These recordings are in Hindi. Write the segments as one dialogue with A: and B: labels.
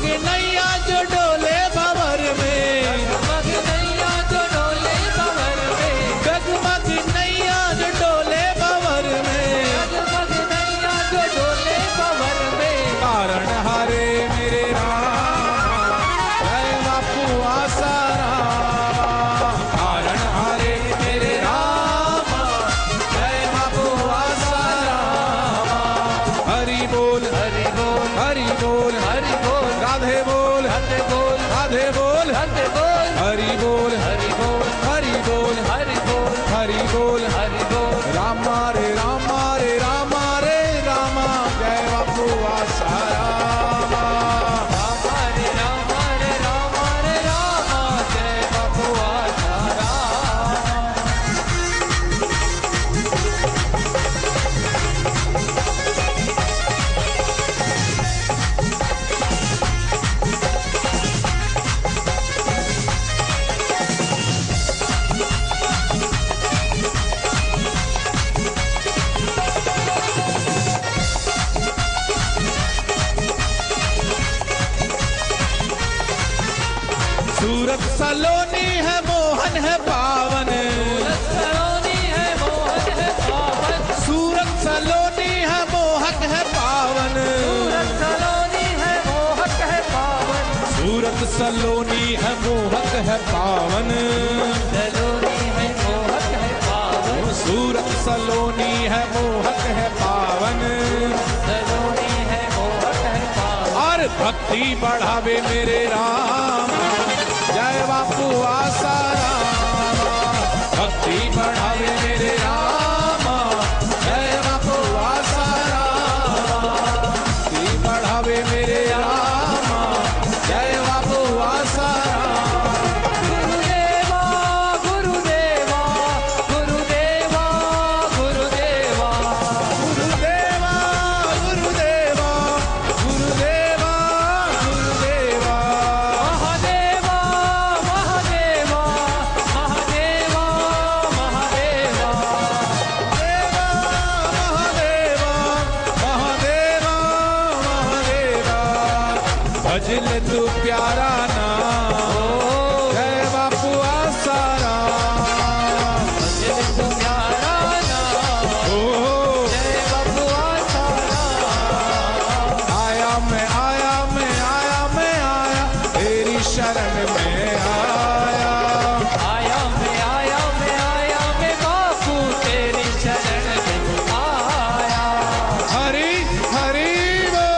A: नैया जो डोले भंवर में
B: मग नैया जो डोले भंवर में
A: जगमग नैया जो डोले भंवर में
B: मग नैया जो डोले भंवर में
A: कारण हरे मेरे राम जय बापू आसा राम कारण हरे मेरे राम जय बापू आसा राम हरि बोल हरि बोल हरि बोल हरि बोल राधे बोल राधे बोल राधे बोल
B: हरि बोल
A: हरि बोल
B: हरि बोल
A: हरि बोल
B: हरि
A: हरि
B: बोल
A: बोल
B: हरि बोल
A: रामा रे रामा रे रामा रे रामा जय बापू आसा राम
B: हरे राम हरे राम हरे राम जय बपुआ सारा
A: सूरत सलोनी है मोहन है पावन
B: सरोनी है मोहन है पावन
A: सूरत सलोनी है मोहक है पावन
B: सरोनी है मोहक है पावन
A: सूरत सलोनी है मोहक है पावन
B: सरोनी है मोहक है पावन
A: सूरत सलोनी है मोहक है पावन
B: सरोनी है मोहक है पावन
A: और भक्ति बढ़ावे मेरे राम जय बापू आसा राम भक्ति बढ़ावे मेरे राम जय बापू आसा राम भक्ति बढ़ावे मेरे राम जय बापू आसा राम
B: गुरुदेवा गुरुदेवा गुरुदेवा गुरुदेवा
A: गुरुदेवा गुरुदेवा गुरुदेवा गुरुदेवा
B: महादेवा महादेवा महादेवा महादेवा
A: देवा महादेवा महादेवा महादेवा भजल तू प्यारा नाम जय बापू आसारा ओ आया मैं आया मैं आया मैं आया तेरी शरण में आया हरी हरी बोल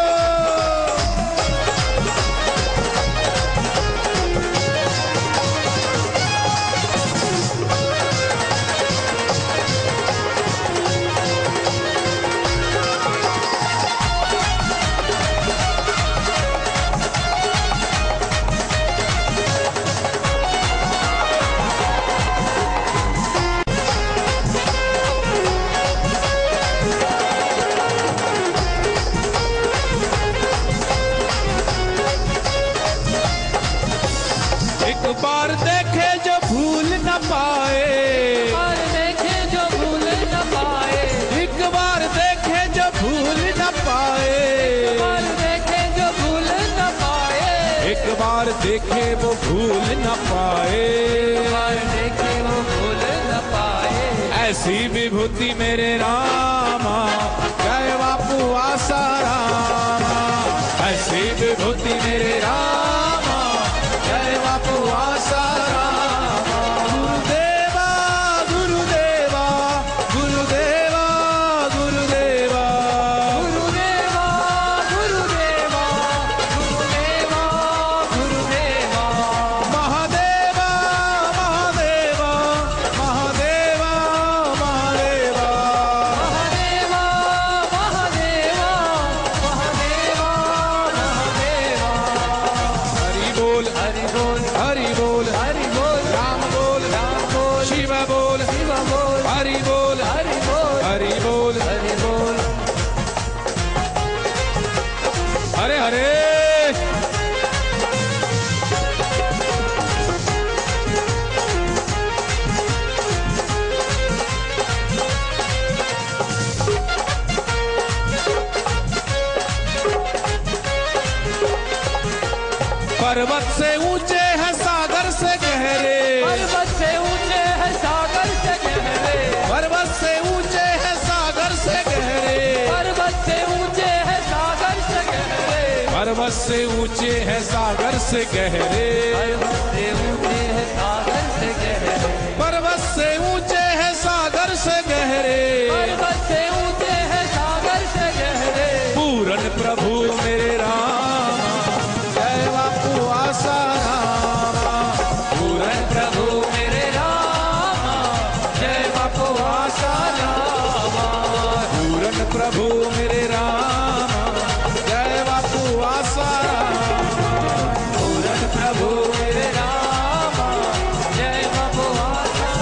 A: एक बार देखे जो भूल न पाए एक बार देखे जो भूल न पाए एक बार देखे वो भूल न पाए ऐसी विभूति मेरे रामा जय बापू आसा रामा ऐसी विभूति मेरे रामा जय बापू आसा रामा गुरुदेवा गुरुदेवा गुरुदेवा गुरुदेवा महादेवा महादेवा महादेवा महादेवा हरि बोल
B: हरि बोल
A: हरि बोल
B: हरि बोल
A: राम बोल राम बोल शिव बोल
B: शिव बोल
A: हरि बोल
B: हरि बोल
A: हरि बोल
B: हरि बोल
A: हरे हरे पर्वत से ऊंचे है सागर से गहरे
B: पर्वत से ऊंचे है सागर से गहरे
A: पर्वत से ऊंचे है सागर से गहरे
B: पर्वत से ऊंचे है सागर से गहरे
A: पर्वत से ऊंचे है सागर से गहरे
B: पर्वत से ऊंचे है सागर से गहरे
A: पर्वत से ऊंचे है सागर से गहरे
B: पर्वत से ऊंचे है सागर से गहरे
A: पूरन प्रभु मेरे राम जय बापू आसा राम पूरन
B: प्रभु मेरे राम जय बापू आशा
A: पूरन प्रभु मेरे राम जय बापू आसा राम
B: पूरन प्रभु मेरे राम जय बापू आशा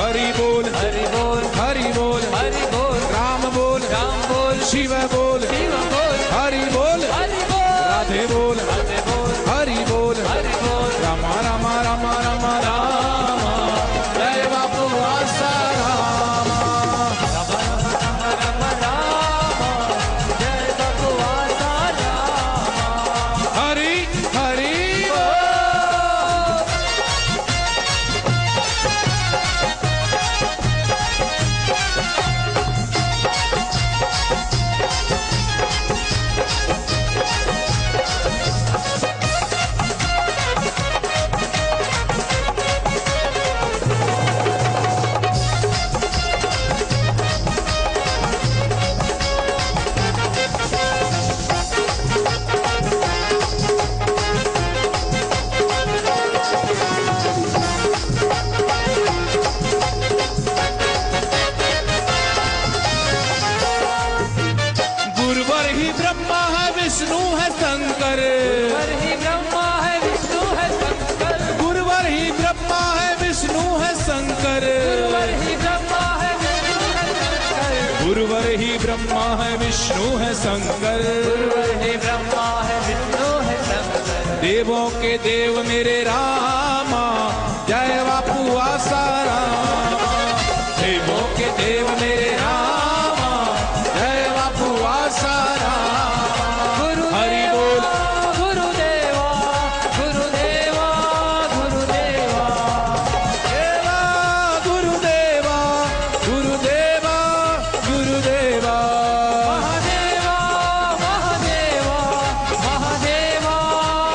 A: हरि बोल
B: हरि बोल
A: हरि बोल
B: हरि बोल
A: राम बोल
B: राम बोल
A: शिव बोल
B: शिव बोल
A: हरि बोल
B: हरि बोल
A: राधे बोल
B: हरि बोल
A: हरि बोल
B: हरि बोल
A: रामा रामा रामा रामा राम जय बापू आसा राम
B: राम राम जय बापू आशा
A: हरि हरि गुरुवर ही ब्रह्मा है विष्णु है शंकर
B: हरि ही ब्रह्मा है विष्णु है शंकर
A: गुरुवर ही ब्रह्मा है विष्णु है शंकर
B: हरि ही ब्रह्मा है विष्णु है शंकर
A: गुरुवर ही ब्रह्मा है विष्णु है शंकर
B: हरि ब्रह्मा है विष्णु है शंकर
A: देवों के देव मेरे रामा जय बापू आसा रामा देवों के देव मेरे रामा जय बापू आसा रामा
B: गुरु
A: हरि बोल।
B: गुरुदेवा गुरुदेवा गुरुदेवा
A: देवा गुरुदेवा गुरुदेवा गुरुदेवा
B: महादेवा महादेवा महादेवा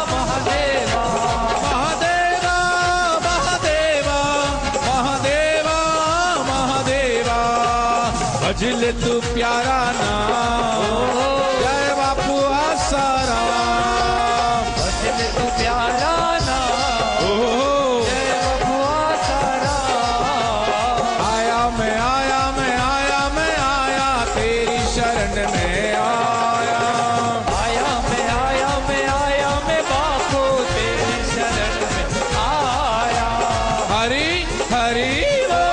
B: महादेवा
A: महादेवा महादेवा महादेवा महादेवा भजल तू प्यारा नाम जय बापू आसाराम
B: भजन तू प्यारा नाम
A: ओ
B: जय बबुआ सारा
A: आया मैं आया मैं आया मैं आया तेरी शरण में आया
B: आया मैं आया मैं आया मैं बापू तेरी शरण में आया
A: हरी हरी बोल।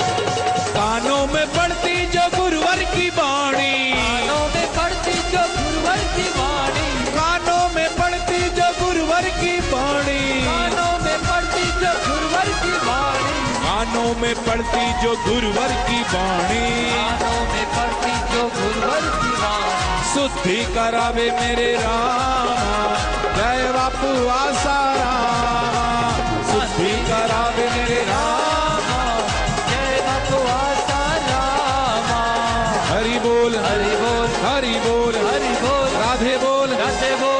A: कानों में पड़ती जो गुरुवर की बाणी
B: कानों में पड़ती जो गुरुवर की वाणी
A: कानों में पड़ती जो गुरुवर की बाणी
B: कानों में पड़ती जो गुरुवर की वाणी
A: कानों में पड़ती जो गुरुवर की बाणी
B: कानों में पड़ती जो गुरुवर की वाणी
A: शुद्धि करावे मेरे राम जय बापू आसा राम शुद्धि करावे मेरे राम
B: जय बबुआ सारा
A: हरि बोल
B: हरि बोल
A: हरि बोल
B: हरि बोल
A: राधे बोल
B: राधे बोल